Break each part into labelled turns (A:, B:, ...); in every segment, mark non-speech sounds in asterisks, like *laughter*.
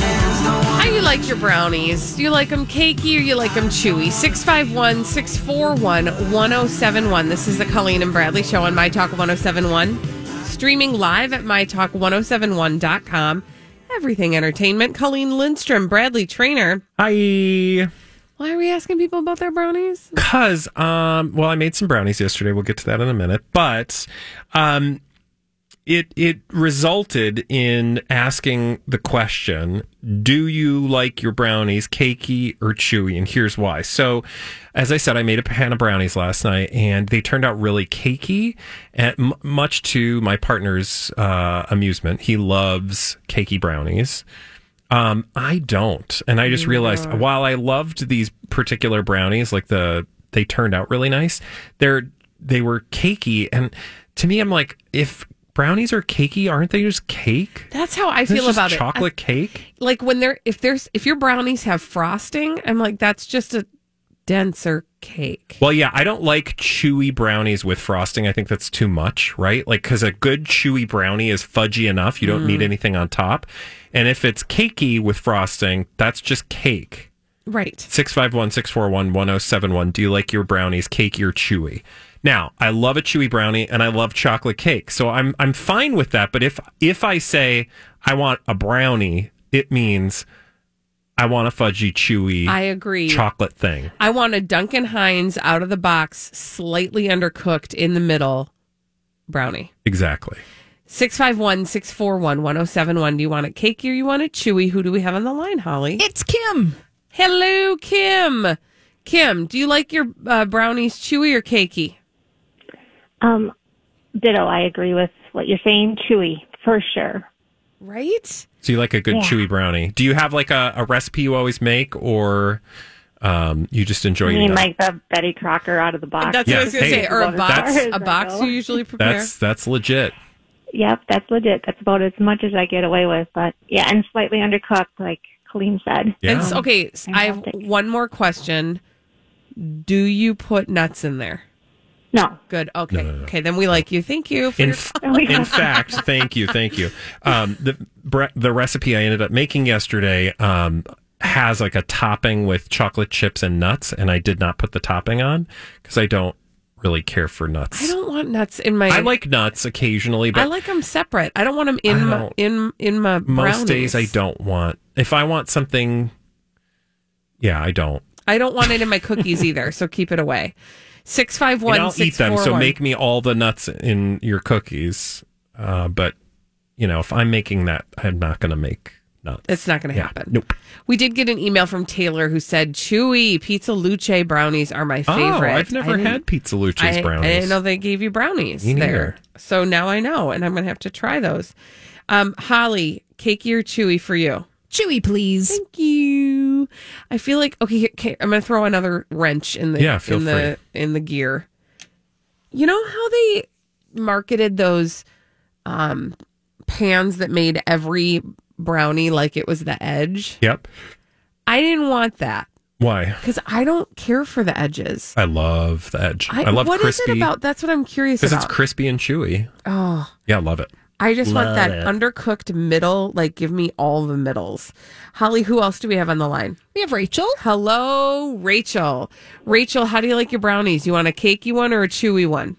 A: How you like your brownies? Do you like them cakey or you like them chewy? 651 641 1071. This is the Colleen and Bradley Show on My Talk 1071. Streaming live at MyTalk1071.com. Everything Entertainment. Colleen Lindstrom, Bradley Trainer.
B: Hi.
A: Why are we asking people about their brownies?
B: Cause um well I made some brownies yesterday. We'll get to that in a minute. But um it it resulted in asking the question, do you like your brownies cakey or chewy? And here's why. So as I said, I made a pan of brownies last night and they turned out really cakey and m- much to my partner's uh, amusement. He loves cakey brownies. Um, I don't, and I just realized while I loved these particular brownies, like the they turned out really nice. They're they were cakey, and to me, I'm like, if brownies are cakey, aren't they just cake?
A: That's how I
B: Isn't
A: feel
B: just
A: about it.
B: chocolate cake.
A: like when they're if there's if your brownies have frosting, I'm like that's just a denser cake.
B: Well, yeah, I don't like chewy brownies with frosting. I think that's too much, right? Like because a good chewy brownie is fudgy enough. You don't need
A: Mm.
B: anything on top, and if it's cakey with frosting, that's just cake.
A: Right.
B: Six five one six four one one zero seven one. Do you like your brownies cakey or chewy? Now, I love a chewy brownie and I love chocolate cake. So I'm I'm fine with that, but if if I say I want a brownie, it means I want a fudgy chewy
A: I agree.
B: chocolate thing.
A: I want a Duncan Hines out of the box, slightly undercooked in the middle brownie.
B: Exactly.
A: 651 641 1071. Do you want it cakey or you want it chewy? Who do we have on the line, Holly?
C: It's Kim.
A: Hello, Kim. Kim, do you like your uh, brownies chewy or cakey?
D: Um, ditto. I agree with what you're saying. Chewy, for sure.
A: Right?
B: So you like a good
D: Yeah.
B: chewy brownie. Do you have like a, a recipe you always make or um, you just enjoy
D: I
B: eating
D: mean,
B: them?
D: like the Betty Crocker out of the box.
A: That's what I was going to
B: Hey.
A: say. Or a
D: That's-
A: box, a
D: That's-
A: box you usually prepare.
B: that's that's legit.
D: Yep, that's legit. That's about as much as I get away with. But yeah, and slightly undercooked, like Colleen said.
B: Yeah.
A: And so- okay, s- I have
D: Fantastic.
A: one more question. Do you put nuts in there?
D: No,
A: Good. Okay. Okay. Then we like you. Thank you. For
B: In,
A: your
B: f-
A: *laughs*
B: in *laughs* fact, thank you, thank you. Um, the bre- the recipe I ended up making yesterday um, has like a topping with chocolate chips and nuts, and I did not put the topping on because I don't really care for nuts.
A: I don't want nuts in my.
B: I like nuts occasionally, but
A: I like them separate. I don't want them in
B: I
A: my
B: don't-
A: in in my.
B: most
A: brownies.
B: days I don't want. If I want something, yeah, I don't.
A: I don't want it in my
B: *laughs*
A: cookies either. So keep it away. Six five one.
B: and I'll eat them. So make me all the nuts in your cookies. Uh, but you know, if I'm making that, I'm not going to make nuts.
A: It's not going to
B: Yeah,
A: happen.
B: Nope.
A: We did get an email from Taylor who said, "Chewy pizza luce brownies are my favorite."
B: Oh, I've
A: I
B: never
A: didn't-
B: had pizza luce's
A: I,
B: brownies.
A: I didn't know they gave you brownies
B: Me
A: there.
B: neither.
A: So now I know, and I'm going to have to try those. Um, Holly, cakey or chewy for you?
C: Chewy, please.
A: Thank you. I feel like okay. here- okay I'm going to throw another wrench in the
B: Yeah, feel
A: in the in the gear. You know how they marketed those um, pans that made every brownie like it was the edge.
B: Yep.
A: I didn't want that
B: Why?
A: because I don't care for the edges.
B: I love the edge. I, love
A: what is
B: crispy.
A: it about? That's what I'm curious
B: Because
A: about.
B: it's crispy and chewy.
A: oh,
B: Yeah, I love it.
A: I just want
B: Love
A: that
B: it.
A: undercooked middle. Like, give me all the middles. Holly, who else do we have on the line?
C: We have Rachel.
A: Hello, Rachel. Rachel, how do you like your brownies? You want a cakey one or a chewy one?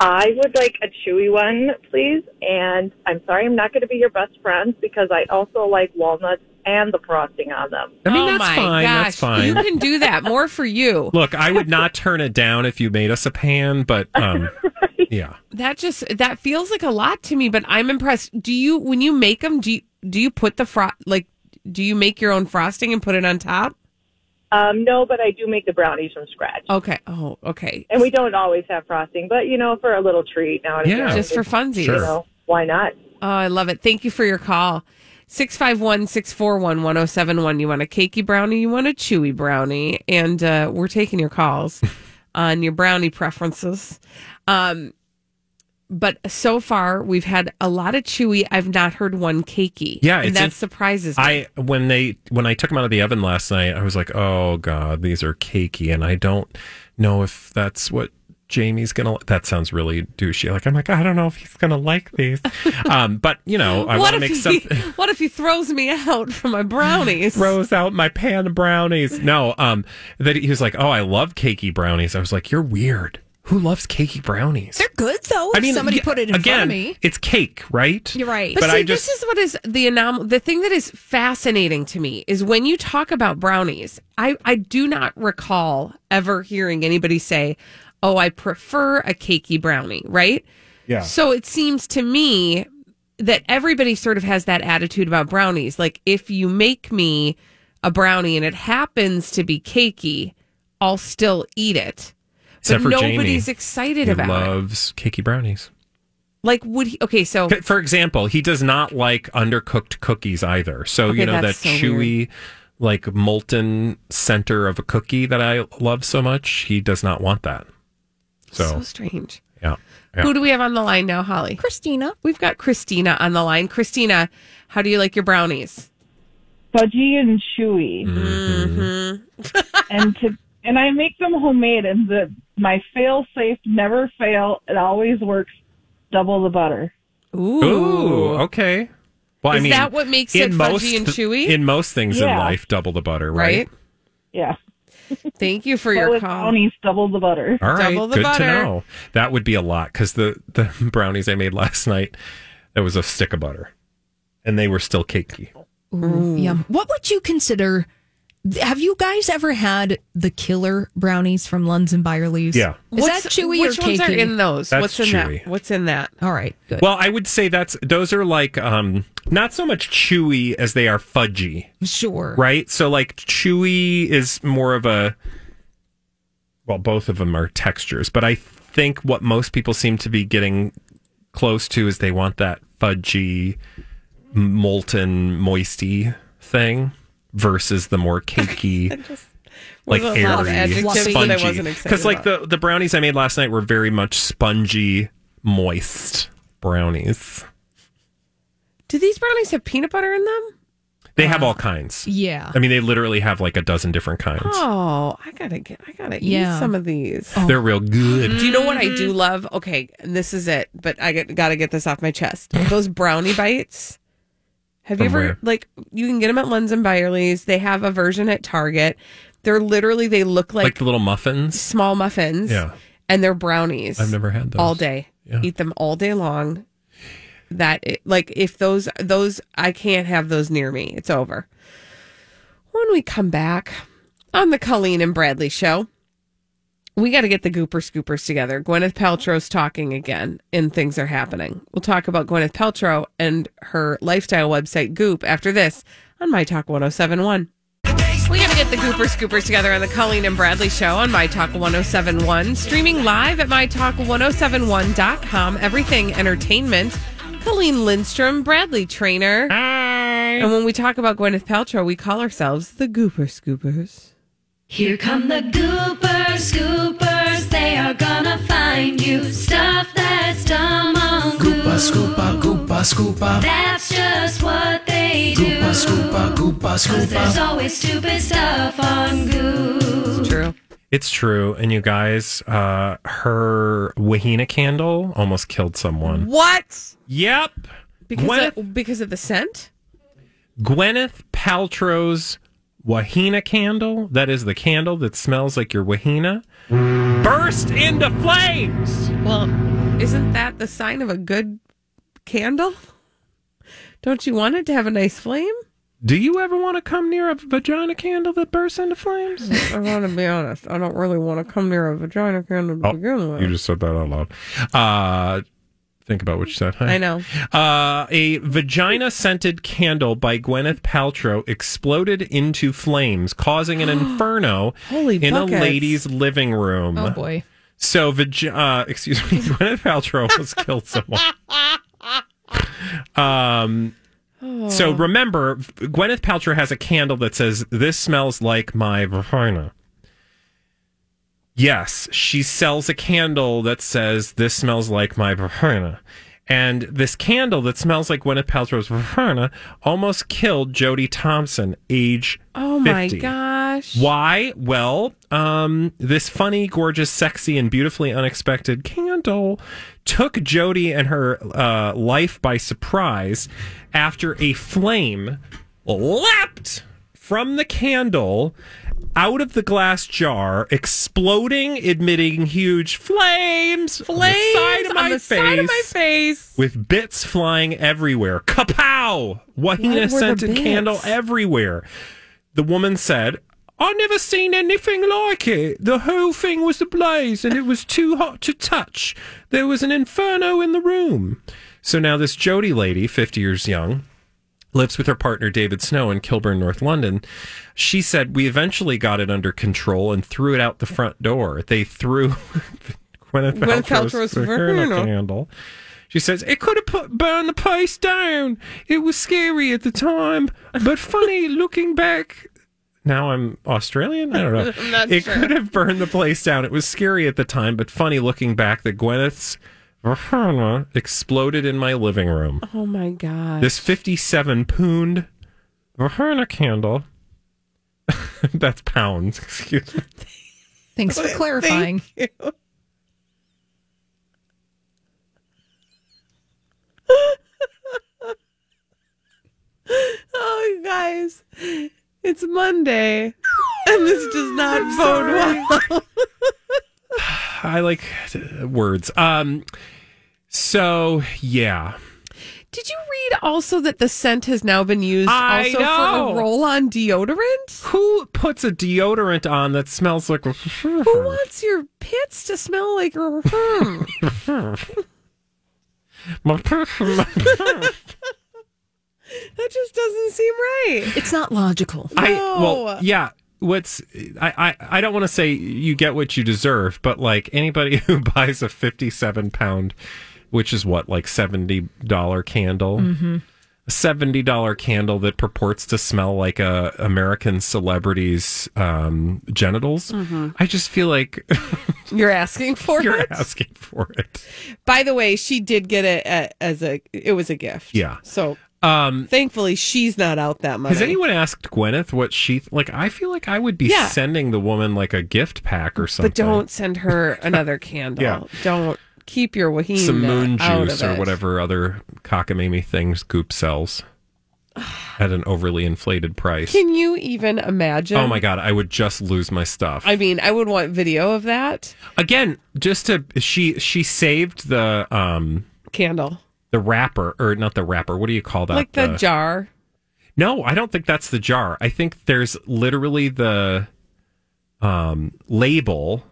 C: I would like a chewy one, please. And I'm sorry, I'm not going to be your best friend because I also like walnuts and the frosting on them.
B: I mean,
A: oh
B: that's
A: my
B: fine.
A: gosh, *laughs*
B: That's fine.
A: you can do
B: *laughs*
A: that. More for you.
B: Look, I would not turn it down if you made us a
A: *laughs*
B: pan, but um, yeah.
A: That just that feels like a lot to me, but I'm impressed. Do you when you make them? Do you do you put the fro like? Do you make your own frosting and put it on top?
C: Um, no, but I do make the brownies from scratch.
A: Okay. Oh, okay.
C: And we don't always have frosting, but you know, for a little treat now and
B: Yeah.
C: again.
A: Just for funsies.
C: You know, why not?
A: Oh, I love it. Thank you for your call. 651 641 1071. You want a cakey brownie? You want a chewy brownie? And uh, we're taking your
B: *laughs*
A: calls on your brownie preferences. Um, but so far, we've had a lot of chewy. I've not heard one cakey.
B: Yeah,
A: And
B: it's
A: that
B: in-
A: surprises me.
B: I when they when I took them out of the oven last night, I was like, "Oh god, these are cakey," and I don't know if that's what Jamie's gonna. That sounds really douchey. Like I'm like, I don't know if he's gonna
A: *laughs*
B: like these. um, but you know, I want
A: what,
B: to
A: if
B: make
A: he, *laughs*
B: something. *laughs*
A: what if he throws me out for my brownies?
B: Throws out my pan of brownies. No, um, that he was like, "Oh, I love cakey brownies." I was like, "You're weird. Who loves cakey brownies?"
E: They're good though.
B: I
E: if
B: mean,
E: somebody
B: yeah,
E: put it in
B: again,
E: front of me.
B: It's cake, right?
E: You're right.
B: But,
A: But, see,
B: I just
A: this is what is the anomaly. The thing that is fascinating to me is when you talk about brownies. I I do not recall ever hearing anybody say, "Oh, I prefer a cakey brownie." Right? Yeah. So it seems to me that everybody sort of has that attitude about brownies. Like if you make me a brownie and it happens to be cakey, I'll still eat it.
B: Except for
A: but
B: Jamie.
A: nobody's excited
B: he
A: about it.
B: loves cakey brownies.
A: Like would he? Okay, so
B: C- For example, he does not like undercooked cookies either. So
A: Okay,
B: you know that
A: that's so
B: chewy, like molten center of a cookie that I love so much. He does not want that.
A: so
B: So
A: strange.
B: yeah, yeah.
A: Who do we have on the line now, Holly?
E: Christina.
A: We've got Christina on the line. Christina, how do you like your brownies?
F: fudgy and chewy.
A: Mm-hmm.
F: and to and I make them homemade and the my fail safe never fail. It always works double the butter.
A: Ooh.
B: Ooh, okay. Well, I
A: Is
B: mean,
A: that what makes it
B: in
A: fudgy
B: most,
A: and chewy?
B: In most things in
F: Yeah.
B: life, double the butter,
A: Right?
B: right?
F: Yeah.
A: Thank you for
F: But
A: your
F: with
A: call.
F: brownies double the butter.
B: All right,
A: Double the
B: good to
A: butter.
B: know. That would be a lot because the the *laughs* brownies I made last night, there was a stick of butter, and they were still cakey.
E: Ooh, Yum. What would you consider? Have you guys ever had the killer brownies from Lunds and Byerly's?
B: Yeah.
E: Is
A: What's-
E: that chewy
A: Which
E: or
A: ones are
E: cakey?
A: in those?
B: That's
A: What's in
B: chewy.
A: that? What's in that?
E: All right, good.
B: Well, I would say that's those are like um not so much chewy as they are fudgy,
E: sure.
B: right? So like chewy is more of a well, both of them are textures, but I think what most people seem to be getting close to is they want that fudgy, m- molten, moisty thing versus the
A: *laughs*
B: more cakey. Like
A: There's a lot of
B: airy,
A: adjectives that I
B: spongy.
A: wasn't excited
B: Because like the the brownies I made last night were very much spongy, moist brownies.
A: Do these brownies have peanut butter in them?
B: They have all kinds.
E: Yeah.
B: I mean, they literally have like a dozen different kinds.
A: Oh, I gotta get. I gotta
E: Yeah.
A: eat some of these.
B: They're real good.
A: Do you know what I do love? Okay, and this is it, but I get, gotta get this off my chest. *gasps* Those brownie bites. Have you
B: From
A: ever
B: where?
A: like you can get them at Lunds and Byerly's? They have a version at Target. They're literally they look
B: Like,
A: like,
B: the little muffins.
A: small muffins.
B: Yeah.
A: and they're brownies.
B: I've never had those.
A: all day.
B: Yeah.
A: Eat them all day long. That it, like if those those I can't have those near me. It's over. When we come back on the Colleen and Bradley show, we got to get the Gooper Scoopers together. Gwyneth Paltrow's talking again, and things are happening. We'll talk about Gwyneth Paltrow and her lifestyle website Goop after this on My Talk 1071. We got to get the Gooper Scoopers together on the Colleen and Bradley show on My Talk 1071, streaming live at MyTalk1071.com. Everything entertainment. Colleen Lindstrom, Bradley Trainer. And when we talk about Gwyneth Paltrow, we call ourselves the Gooper Scoopers.
G: Here come the goopers, scoopers, they are gonna find you. Stuff that's dumb on Goopa, scoopa, goopa, scoopa. That's just what they do. Goopa, scoopa, goopa, scoopa. Cause there's always stupid stuff on Goop.
A: True.
B: It's true. And you guys, uh, her Wahina candle almost killed someone.
A: What?
B: Yep.
A: Because
B: Gwyneth,
A: of, because of the scent?
B: Gwyneth Paltrow's Wahina candle, that is the candle that smells like your Wahina, burst into flames.
A: Well, Isn't that the sign of a good candle? Don't you want it to have a nice flame?
B: Do you ever want to come near a vagina candle that bursts into flames?
A: I want to be honest. I don't really want to come near a vagina candle to
B: Oh,
A: begin with.
B: You just said that out loud. Uh, think about what you said. Hi.
A: I know.
B: Uh, a vagina scented candle by Gwyneth Paltrow exploded into flames, causing an *gasps* inferno
A: Holy
B: in a
A: buckets.
B: lady's living room.
E: Oh boy.
B: So, vag- uh, excuse me, *laughs* Gwyneth Paltrow has killed someone. Um,
A: Oh.
B: So remember, Gwyneth Paltrow has a candle that says, This smells like my vagina. Yes, she sells a candle that says, This smells like my vagina. And this candle that smells like Gwyneth Paltrow's vagina almost killed Jodie Thompson, age
A: Oh my
B: 50.
A: gosh.
B: Why? Well, um, this funny, gorgeous, sexy, and beautifully unexpected candle took Jody and her uh, life by surprise after a flame leapt from the candle out of the glass jar, exploding, emitting huge flames,
A: Flames
B: on the side of my
A: on the
B: face.
A: side of my face.
B: With bits flying everywhere. Kapow! Wahina
A: What were the
B: scented
A: bits?
B: candle everywhere. The woman said, I never seen anything like it. The whole thing was ablaze and it was too hot to touch. There was an inferno in the room. So now this Jody lady, 50 years young, lives with her partner David Snow in Kilburn, North London. She said, We eventually got it under control and threw it out the front door. They threw *laughs*
A: Gwyneth
B: Gwyneth Paltrow's
A: Paltrow's
B: Verona
A: Verona.
B: candle. She says, It could have put, burned the place down. It was scary at the time,
A: *laughs*
B: but funny looking back. Now I'm Australian? I don't know.
A: *laughs* I'm not
B: it
A: sure.
B: could have burned the place down. It was scary at the time, but funny looking back that Gwyneth's Verona exploded in my living room.
A: Oh my
B: *laughs*
A: gosh.
B: This 57 pound Verona candle. *laughs* That's pounds, *laughs* excuse me.
E: Thanks for clarifying.
A: Oh, you guys, it's *gasps* Monday, and this does not bode well.
B: I like uh, words. Um so yeah.
A: *laughs* Did you read also that the scent has now been used
B: I
A: also
B: know.
A: for a roll-on deodorant?
B: Who puts a deodorant on that smells *laughs* like
A: Who wants your pits to smell like? Hmm.
B: *laughs* *laughs*
A: that just doesn't seem right.
E: It's not logical.
B: I
A: No.
B: well, yeah. What's I I, I don't want to say you get what you deserve, but like anybody *laughs* who buys a fifty-seven pound, which is what like seventy dollar candle,
A: Mm-hmm.
B: a seventy dollar candle that purports to smell like a American celebrity's um, genitals.
A: Mm-hmm.
B: I just
A: *laughs*
B: feel like *laughs*
A: You're asking for
B: you're
A: it.
B: asking for it.
A: By the way, she did get it a, as a. It was a gift.
B: Yeah.
A: So
B: Um,
A: thankfully, she's not out that much.
B: Has anyone asked Gwyneth what she like? I feel like I would be
A: Yeah.
B: sending the woman like a gift pack or something.
A: But don't send her another candle.
B: Yeah.
A: Don't keep your wahine
B: some moon
A: uh, out of
B: juice or
A: it.
B: whatever other cockamamie things
A: *sighs*
B: Goop sells at an overly inflated price.
A: Can you even imagine?
B: Oh my god, I would just lose my stuff.
A: I mean, I would want video of that
B: Again, just to she she saved the um
A: candle,
B: the wrapper or not the wrapper. What do you call that? uh,
A: like the, jar.
B: No, I don't think that's the jar. I think there's literally the um label.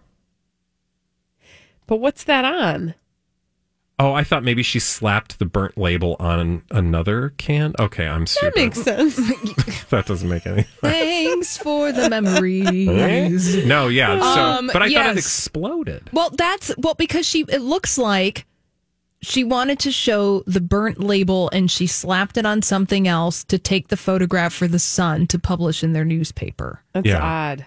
A: But what's that on?
B: Oh, I thought maybe she slapped the burnt label on another can. Okay, I'm
A: That
B: stupid.
A: makes sense.
B: *laughs* that doesn't make any.
E: Thanks
B: *laughs*
E: for the memories.
B: No, yeah. So,
E: Um,
B: but I thought
E: yes.
B: it exploded.
E: Well, that's well because she. It looks like she wanted to show the burnt label, and she slapped it on something else to take the photograph for the Sun to publish in their newspaper.
A: That's
B: Yeah.
A: odd.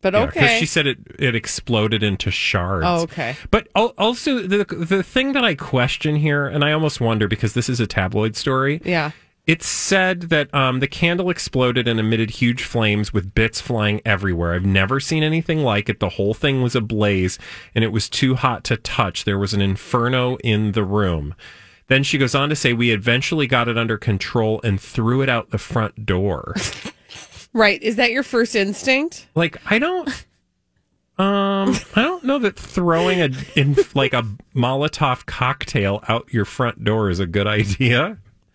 A: But
B: Yeah,
A: okay.
B: she said it it exploded into shards.
A: Oh, okay.
B: But al- also the the thing that I question here, and I almost wonder because this is a tabloid story.
A: yeah.
B: It's said that um, the candle exploded and emitted huge flames with bits flying everywhere. I've never seen anything like it. The whole thing was ablaze and it was too hot to touch. There was an inferno in the room. Then she goes on to say, We eventually got it under control and threw it out the front door.
A: Right. Is that your first instinct? *laughs*
B: like, I don't. Um, I don't know that throwing a in like a Molotov cocktail out your front door is a good idea.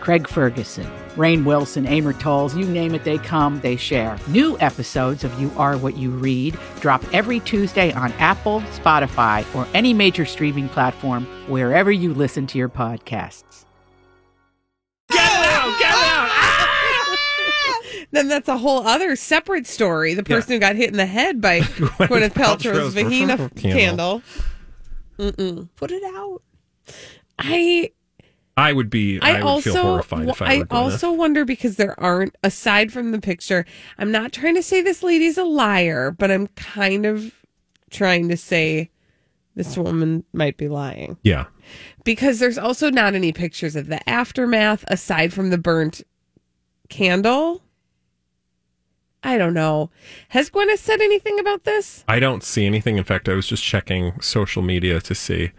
H: Craig Ferguson, Rain Wilson, Amor Tolls, you name it, they come, they share. New episodes of You Are What You Read drop every Tuesday on Apple, Spotify, or any major streaming platform wherever you listen to your podcasts.
A: Ah! Then that's a whole other separate story. The person who got hit in the head
B: *laughs*
A: by Gwyneth Paltrow's
B: Paltrow's
A: vagina
B: virginal
A: candle.
B: candle.
A: Mm-mm. Put it out. I
B: I would be. I,
A: I,
B: would
A: also
B: feel horrified if I,
A: I
B: were Gwyneth.
A: also wonder because there aren't aside from the picture. I'm not trying to say this lady's a liar, but I'm kind of trying to say this woman might be lying
B: Yeah.
A: because there's also not any pictures of the aftermath aside from the burnt candle. I don't know. Has Gwyneth said anything about this?
B: I don't see anything. In fact, I was just checking social media to see.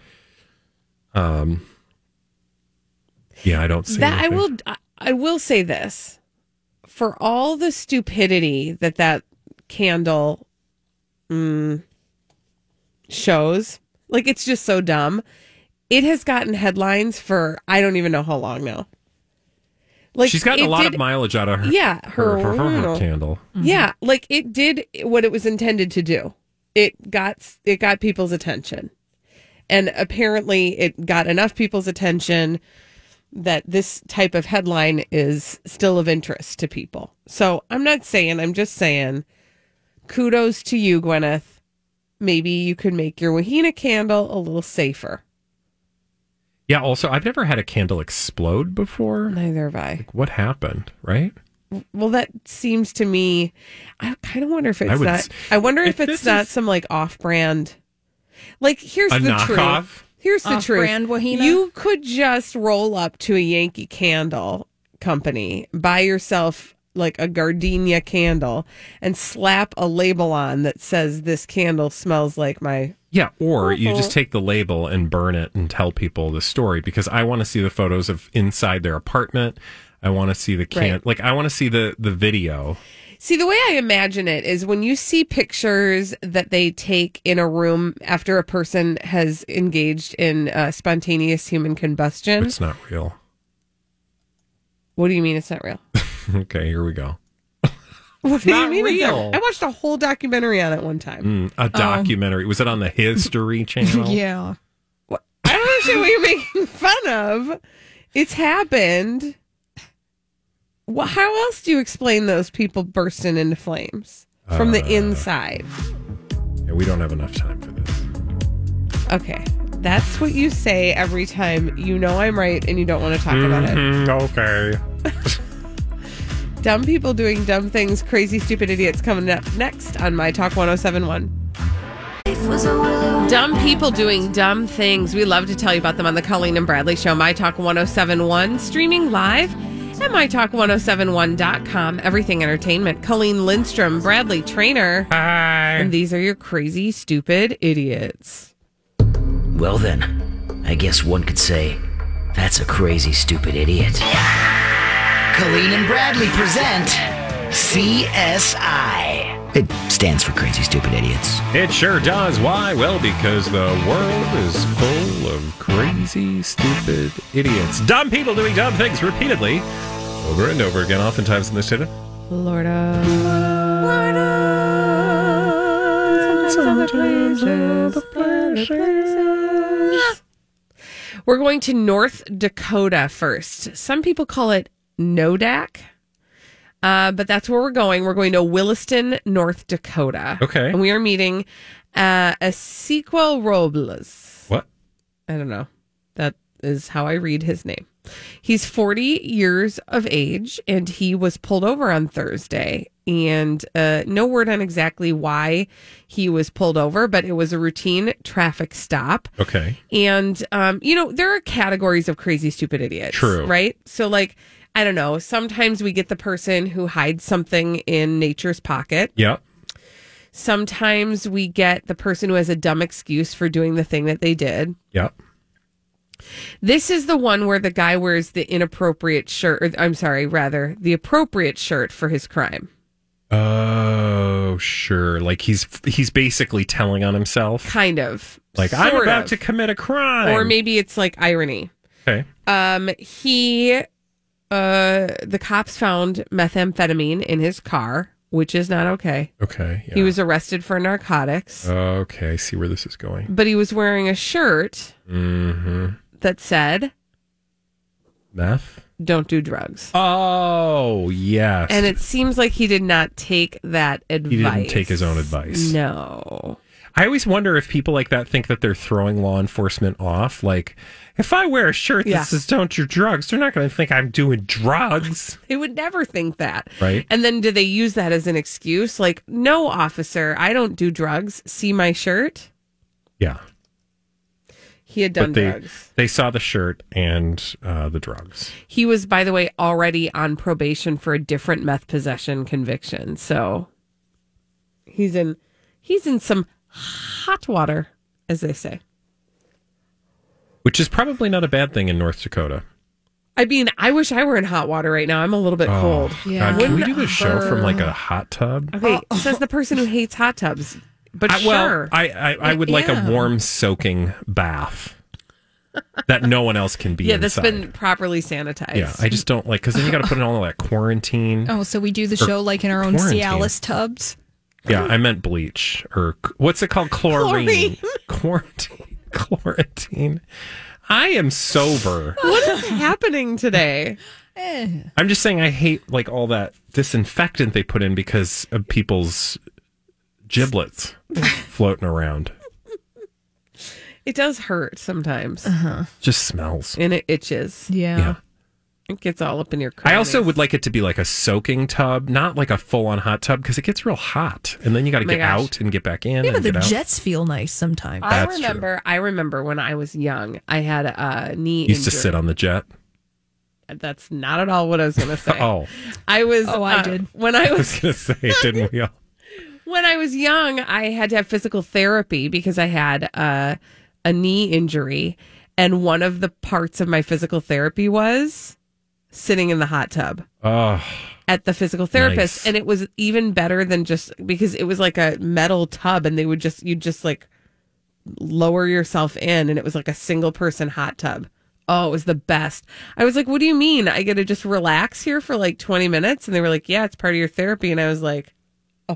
B: Um. Yeah, I don't see
A: that I
B: anything.
A: will I- I will say this for all the stupidity that that candle mm, shows like it's just so dumb it has gotten headlines for I don't even know how long now like
B: She's gotten a
A: it
B: lot of
A: did-
B: mileage out of her.
A: Yeah,
B: her, her, her- her
A: hormonal.
B: candle.
A: yeah like it did what it was intended to do it got it got people's attention and apparently it got enough people's attention that this type of headline is still of interest to people so i'm not saying i'm just saying kudos to you gwyneth maybe you could make your wahina candle a little safer
B: Yeah. Also, I've never had a candle explode before.
A: neither have i
B: What happened? Right.
A: well that seems to me i kind of wonder if it's
B: I would
A: not
B: s-
A: i wonder if,
B: if
A: it's
B: this
A: not
B: is-
A: some like off-brand like here's
B: A
A: the
B: knockoff?
A: truth here's the truth
E: Off-brand Wahina?
A: you could just roll up to a yankee candle company buy yourself like a gardenia candle and slap a label on that says this candle smells like my
B: Yeah, or you
A: Oh.
B: just take the label and burn it and tell people the story because I want to see the photos of inside their apartment. I want to see the can
A: Right.
B: like I want to see the the video.
A: See, the way I imagine it is when you see pictures that they take in a room after a person has engaged in uh, spontaneous human combustion.
B: It's not real.
A: what do you mean it's not real? *laughs*
B: okay, here we go.
A: What do
B: not
A: it's not-
B: real.
A: I watched a whole documentary on it one time.
B: Mm, a documentary. Was it on the History Channel?
E: Yeah.
A: *laughs* I don't understand what you're making fun of. It's happened. Wha how else do you explain those people bursting into flames from
B: Uh.
A: the inside?
B: Yeah, we don't have enough time for this.
A: Okay. That's what you say every time you know I'm right and you don't want to talk about it.
B: Mhm, okay.
A: Dumb people doing dumb things, crazy, stupid idiots coming up next on My Talk 1071. Dumb people doing dumb things. We love to tell you about them on the Colleen and Bradley Show, My Talk 1071, streaming live at MyTalk1071.com. Everything Entertainment. Colleen Lindstrom, Bradley Trainer.
B: Hi.
A: And these are your crazy, stupid idiots.
I: Well, then, I guess one could say that's a crazy, stupid idiot. Colleen and Bradley present CSI. It stands for Crazy, Stupid Idiots.
B: It sure does. Why? Well, because the world is full of crazy, stupid idiots. Dumb people doing dumb things repeatedly over and over again, oftentimes in the city.
A: Florida. We're going to North Dakota first. Some people call it Nodak. Uh, but that's where we're going. We're going to Williston, North Dakota.
B: Okay.
A: And we are meeting uh, Ezequiel Robles.
B: What?
A: I don't know. That is how I read his name. He's 40 years of age and he was pulled over on Thursday. And uh, no word on exactly why he was pulled over, but it was a routine traffic stop.
B: Okay.
A: And, um, you know, there are categories of crazy, stupid idiots.
B: True.
A: Right? So, like, I don't know. Sometimes we get the person who hides something in nature's pocket.
B: Yeah.
A: Sometimes we get the person who has a dumb excuse for doing the thing that they did.
B: Yeah.
A: This is the one where the guy wears the inappropriate shirt, or I'm sorry, rather, the appropriate shirt for his crime.
B: Oh, sure. Like he's he's basically telling on himself.
A: Kind of.
B: Like I'm
A: Sort
B: about
A: of.
B: to commit a crime.
A: Or maybe it's like irony.
B: Okay.
A: Um, he, uh, the cops found methamphetamine in his car, which is not okay.
B: Okay.
A: He was arrested for narcotics,
B: Oh. Okay. I see where this is going.
A: but he was wearing a shirt
B: Mm-hmm.
A: that said,
B: Meth.
A: don't do drugs.
B: Oh yes.
A: And it seems like he did not take that advice.
B: he didn't take his own advice.
A: No.
B: I always wonder if people like that think that they're throwing law enforcement off. Like, if I wear a shirt that
A: Yeah.
B: says "Don't do drugs," they're not going to think I'm doing drugs,
A: They would never think that.
B: right?
A: And then do they use that as an excuse? Like, no, officer, I don't do drugs. See my shirt?
B: Yeah.
A: He had done
B: but they
A: drugs.
B: they saw the shirt and uh, the drugs.
A: He was, by the way, already on probation for a different meth possession conviction. So he's in he's in some hot water, as they say.
B: which is probably not a bad thing in North Dakota.
A: I mean, I wish I were in hot water right now. I'm a little bit
B: Oh.
A: cold.
B: God, Uh, can we do this show from like a hot tub?
A: Okay, says the person who hates hot tubs. But
B: I, well,
A: sure.
B: I I, I would like a
A: Yeah.
B: warm soaking bath that no one else can be.
A: yeah, that's
B: inside.
A: been properly sanitized.
B: Yeah, I just don't like because then you got to put in all that quarantine.
E: Oh, so we do the
B: Or
E: show like in our own
B: quarantine.
E: Cialis tubs.
B: Yeah, I meant bleach or c- what's it called? Chlorine.
E: Chlorine.
B: Quarantine. *laughs* Quarantine. I am sober.
A: What is happening today?
B: I'm just saying I hate like all that disinfectant they put in because of people's giblets
A: *laughs*
B: floating around.
A: It does hurt sometimes.
B: Just smells.
A: And it itches.
E: Yeah.
B: Yeah.
A: It gets all up in your
B: I
A: crannies.
B: also would like it to be like a soaking tub, not like a full on hot tub because it gets real hot and then you got to
A: Oh My
B: get
A: gosh.
B: out and get back in.
E: Yeah,
B: and
E: but the
B: get out.
E: jets feel nice sometimes.
A: I
B: That's true.
A: remember. I remember when I was young. I had a knee.
B: used to
A: injury.
B: sit on the jet.
A: That's not at all what I was going to say.
B: *laughs* Oh,
A: I was.
E: Oh, I
A: uh,
E: did.
A: when I
B: I
A: was
B: *laughs* was going to
A: *laughs*
B: say, didn't we all?
A: when I was young, I had to have physical therapy because I had uh, a knee injury, and one of the parts of my physical therapy was sitting in the hot tub
B: Oh,
A: at the physical therapist,
B: Nice.
A: and it was even better than just because it was like a metal tub, and they would just you just like lower yourself in, and it was like a single person hot tub. Oh, it was the best. I was like, "What do you mean? I get to just relax here for like twenty minutes?" And they were like, "Yeah, it's part of your therapy," and I was like,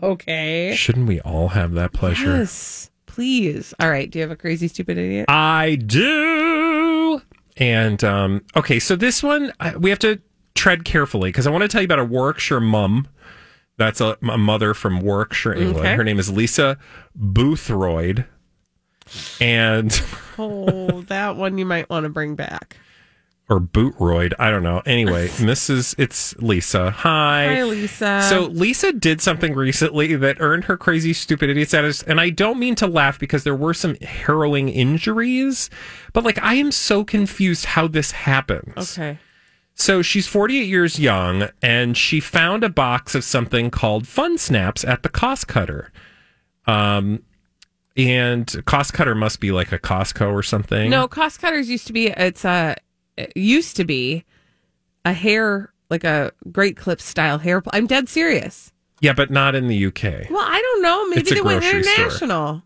A: "Okay."
B: shouldn't we all have that pleasure?
A: Yes, please. All right. Do you have a crazy, stupid idiot?
B: I do. And um, okay, so this one I, we have to tread carefully because I want to tell you about a Warwickshire mum. That's a, a mother from Warwickshire, England.
A: Okay.
B: Her name is Lisa Boothroyd, and *laughs*
A: oh, that one you might want to bring back.
B: or Bootroyd. I don't know.
A: *laughs*
B: Anyway, Mrs. It's Lisa. Hi.
A: Hi, Lisa.
B: So Lisa did something recently that earned her crazy stupid idiot status, and I don't mean to laugh because there were some harrowing injuries, but like I am so confused how this happens.
A: Okay.
B: So she's 48 years young, and she found a box of something called Fun Snaps at the Cost Cutter. Um, and Cost Cutter must be like a Costco or something.
A: No, cost cutters used to be. It's a it used to be a hair like a great clip style hair. pl- I'm dead serious.
B: Yeah, but not in the UK.
A: Well, I don't know. Maybe
B: It's a
A: they went
B: grocery store.
A: international.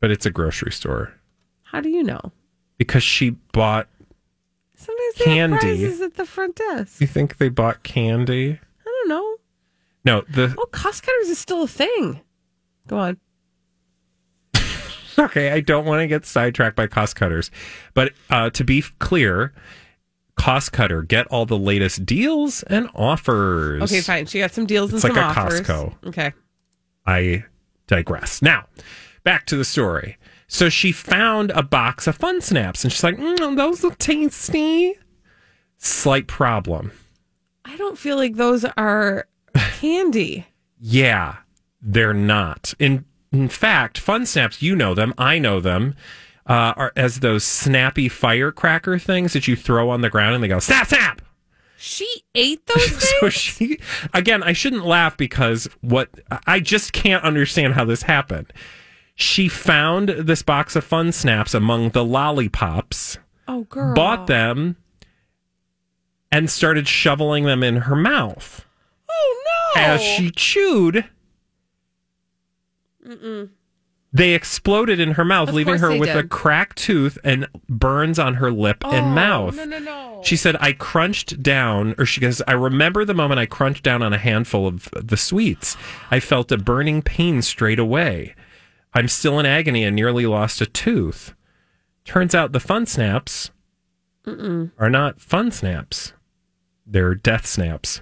B: But it's a grocery store
A: How do you know?
B: because she bought.
A: Sometimes they have
B: Candy.
A: prizes at the front desk.
B: You think they bought candy?
A: I don't know.
B: No, the *laughs*
A: Oh, cost cutters is still a thing. Go on.
B: okay, I don't want to get sidetracked by cost cutters, but uh, to be f- clear, Cost Cutter. Get all the latest deals and offers.
A: Okay, fine. She got some deals and
B: It's
A: some
B: like a
A: offers.
B: Costco.
A: Okay.
B: I digress. Now, back to the story. So she found a box of Fun Snaps and she's like, mm, those look tasty. Slight problem.
A: I don't feel like those are candy.
B: Yeah, they're not. In in fact, Fun Snaps, you know them, I know them, uh, are as those snappy firecracker things that you throw on the ground and they go snap snap.
A: She ate those things?
B: *laughs* So she again, I shouldn't laugh because what I just can't understand how this happened. She found this box of Fun Snaps among the lollipops,
A: Oh, girl.
B: bought them, and started shoveling them in her mouth
A: Oh, no.
B: as she chewed.
A: Mm-mm.
B: They exploded in her mouth,
A: Of
B: leaving
A: course
B: her
A: they
B: with a
A: did.
B: cracked tooth and burns on her lip and mouth.
A: Oh, No, no, no.
B: She said, I crunched down, or she goes, I remember the moment I crunched down on a handful of the sweets. I felt a burning pain straight away. I'm still in agony and nearly lost a tooth. Turns out the fun snaps
A: Mm-mm.
B: are not fun snaps, they're death snaps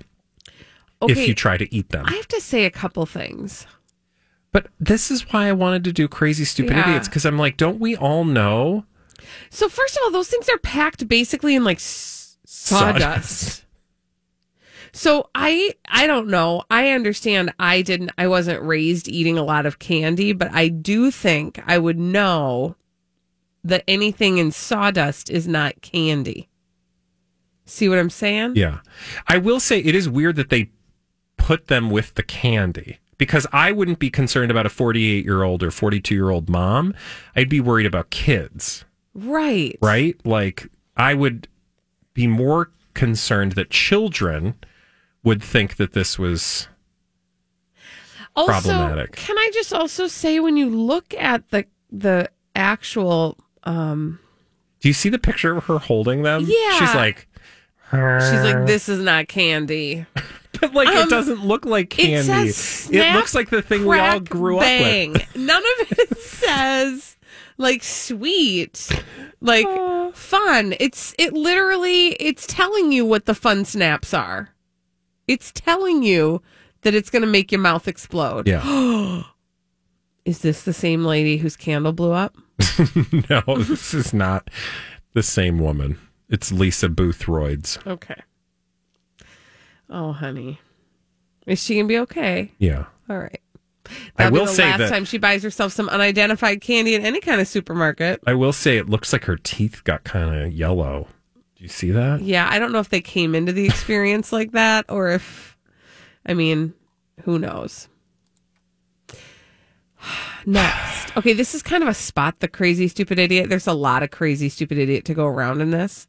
A: Okay.
B: if you try to eat them.
A: I have to say a couple things.
B: But this is why I wanted to do crazy stupid
A: Yeah.
B: idiots because I'm like, don't we all know
A: So first of all, those things are packed basically in like s- sawdust. So I I don't know. I understand I didn't I wasn't raised eating a lot of candy, but I do think I would know that anything in sawdust is not candy. See what I'm saying?
B: Yeah. I will say it is weird that they put them with the candy because I wouldn't be concerned about a 48 year old or 42 year old mom. I'd be worried about kids,
A: Right.
B: right? Like, I would be more concerned that children would think that this was.
A: Also,
B: Problematic.
A: can I just also say when you look at the the actual um
B: Do you see the picture of her holding them?
A: Yeah.
B: She's like, *laughs*
A: she's like this is not candy.
B: But like,
A: Um,
B: it doesn't look like candy.
A: It says
B: it
A: snap,
B: looks like the thing we all
A: crack,
B: grew
A: bang.
B: up with.
A: None of it *laughs* says like sweet, like fun. It's it literally it's telling you what the fun snaps are. It's telling you that it's going to make your mouth explode.
B: Yeah. *laughs*
A: Is this the same lady whose candle blew up?
B: no, this is not the same woman. It's Lisa Boothroyd's.
A: Okay. Oh, honey. Is she going to be okay?
B: Yeah.
A: All right.
B: I
A: That'll
B: will
A: be the
B: say
A: last
B: that-
A: time she buys herself some unidentified candy in any kind of supermarket.
B: I will say it looks like her teeth got kind of yellow. Do you see that?
A: Yeah, I don't know if they came into the experience like that or if, I mean, who knows? *sighs* Next. Okay, this is kind of a spot the crazy, stupid idiot. There's a lot of crazy, stupid idiot to go around in this.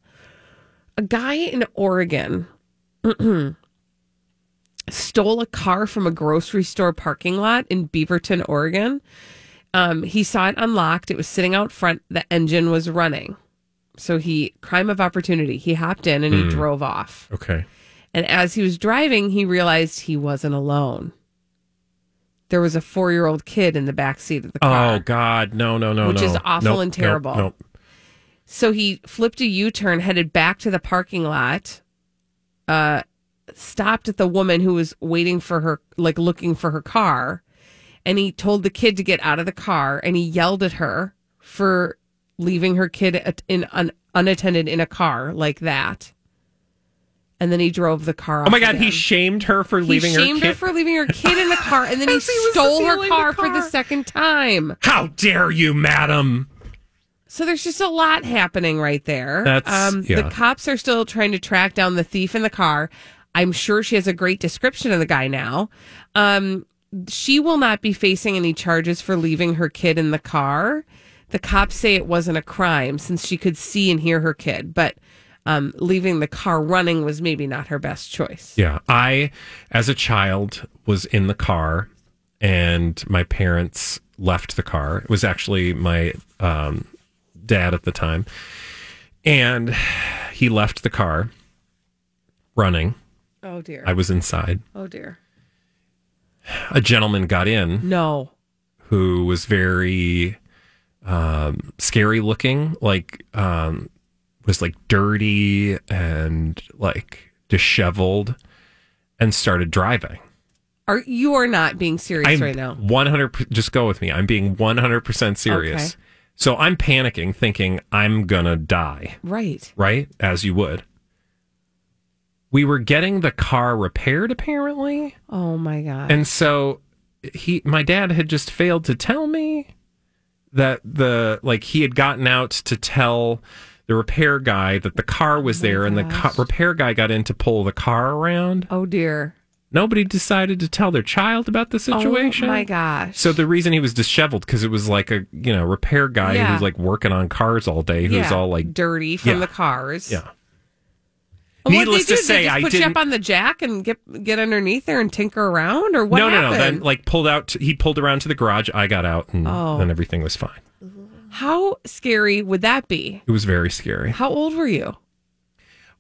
A: A guy in Oregon *clears throat* stole a car from a grocery store parking lot in Beaverton, Oregon. Um, he saw it unlocked, it was sitting out front, the engine was running. So he, crime of opportunity, he hopped in and he
B: Hmm.
A: drove off.
B: Okay.
A: And as he was driving, he realized he wasn't alone. There was a four year old kid in the back seat of the car.
B: Oh God, no, no, no,
A: Which
B: no.
A: is awful
B: Nope,
A: and
B: nope,
A: terrible.
B: nope.
A: So he flipped a U turn, headed back to the parking lot, uh, stopped at the woman who was waiting for her, like looking for her car. And he told the kid to get out of the car and he yelled at her for leaving her kid at- in un, unattended in a car like that. And then he drove the car off.
B: Oh my God,
A: again.
B: he shamed her for
A: He
B: leaving
A: shamed
B: her.
A: her
B: kid-
A: for leaving her kid in the car,
B: *laughs*
A: and then he,
B: As he was
A: stole her
B: stealing the
A: car, for the
B: car.
A: second time.
B: How dare you, madam?
A: So there's just a lot happening right there. Um,
B: That's- yeah.
A: The cops are still trying to track down the thief in the car. I'm sure she has a great description of the guy now. Um, she will not be facing any charges for leaving her kid in the car. The cops say it wasn't a crime since she could see and hear her kid, but um, leaving the car running was maybe not her best choice.
B: Yeah, I, as a child, was in the car, and my parents left the car. It was actually my um, dad at the time, and he left the car running.
A: Oh dear.
B: I was inside.
A: Oh dear.
B: A gentleman got in.
A: No.
B: who was very um, scary looking, like um, was like dirty and like disheveled and started driving.
A: Are you are not being serious
B: I'm
A: right now?
B: 100 per- just go with me. I'm being 100% serious.
A: Okay.
B: So I'm panicking thinking I'm going to die,
A: Right.
B: right? As you would. We were getting the car repaired apparently.
A: Oh my god.
B: And so he my dad had just failed to tell me that the like he had gotten out to tell the repair guy that the car
A: Oh
B: was there and the ca- repair guy got in to pull the car around.
A: Oh dear.
B: Nobody decided to tell their child about the situation.
A: Oh my gosh.
B: So the reason he was disheveled because it was like a you know repair guy
A: Yeah.
B: who's like working on cars all day who's
A: Yeah,
B: all like
A: dirty from
B: Yeah.
A: the cars.
B: yeah
A: And what'd
B: Needless
A: they
B: to
A: do? They
B: say,
A: just
B: I
A: put you
B: didn't-
A: up on the jack and get get underneath there and tinker around, or what?
B: no no no
A: happened?
B: then like pulled out he pulled around to the garage I got out and
A: Oh.
B: then everything was fine
A: How scary would that be?
B: it was very scary
A: How old were you?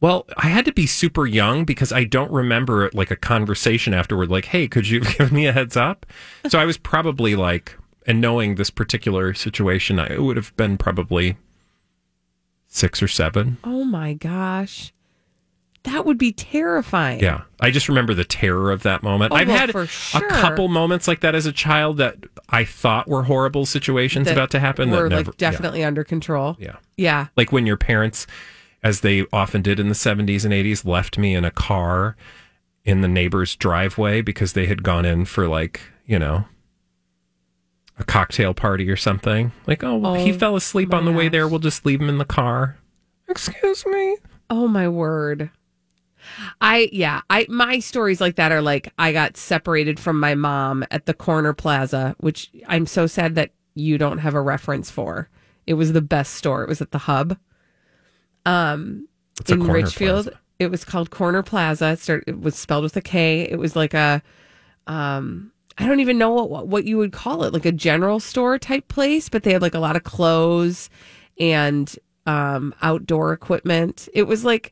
B: well I had to be super young because I don't remember like a conversation afterward like hey could you *laughs* give me a heads up so I was probably like and knowing this particular situation I it would have been probably six or seven
A: Oh my gosh, that would be terrifying.
B: Yeah, I just remember the terror of that moment.
A: Oh,
B: I've
A: well,
B: had
A: for sure.
B: a couple moments like that as a child that I thought were horrible situations
A: That
B: about to happen.
A: We're
B: that never,
A: like definitely under control.
B: Yeah.
A: Yeah.
B: yeah. like when your parents, as they often did in the seventies and eighties, left me in a car in the neighbor's driveway because they had gone in for like you know a cocktail party or something. Like oh, well, he
A: Oh,
B: fell asleep on the way there. We'll just leave him in the car. Excuse me.
A: Oh my word. I yeah, I my stories like that are like I got separated from my mom at the corner plaza, which I'm so sad that you don't have a reference for. It was the best store. It was at the hub. Um
B: What's a
A: in
B: corner
A: Richfield.
B: plaza?
A: It was called Corner Plaza. It, started, it was spelled with a K. It was like a um I don't even know what what you would call it, like a general store type place, but they had like a lot of clothes and um outdoor equipment. It was like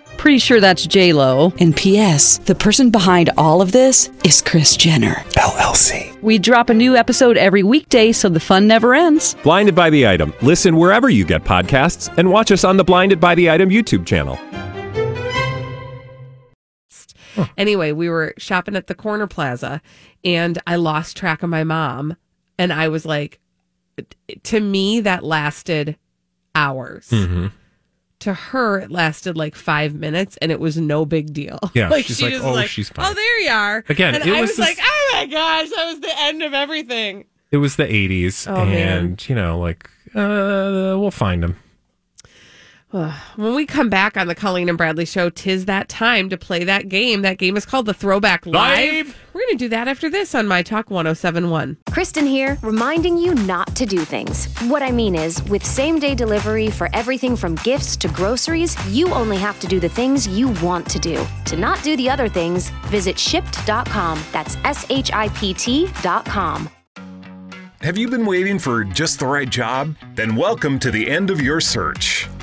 J: Pretty sure that's J Lo. And P.S. The person behind all of this is Chris Jenner LLC. We drop a new episode every weekday, so the fun never ends.
B: Blinded by the Item. Listen wherever you get podcasts, and watch us on the Blinded by the Item YouTube channel.
A: Anyway, we were shopping at the Corner Plaza and I lost track of my mom and I was like to me that lasted hours.
B: Mm-hmm.
A: To her it lasted like 5 minutes and it was no big deal. *laughs*
B: Yeah, she's like,
A: was
B: "Oh, she's fine."
A: Oh, there you are.
B: Again,
A: and
B: it
A: I was,
B: was this-
A: like, "Oh my gosh, that was the end of everything."
B: It was the 80s,
A: Oh,
B: and,
A: man.
B: you know, like, uh, we'll find him.
A: When we come back on the Colleen and Bradley show, tis that time to play that game. That game is called the Throwback Live.
K: Live.
A: We're going to do that after this on My Talk 1071.
K: Kristen here, reminding you not to do things. What I mean is, with same day delivery for everything from gifts to groceries, you only have to do the things you want to do. To not do the other things, visit shipped.com. That's S H I P T.com.
L: Have you been waiting for just the right job? Then welcome to the end of your search.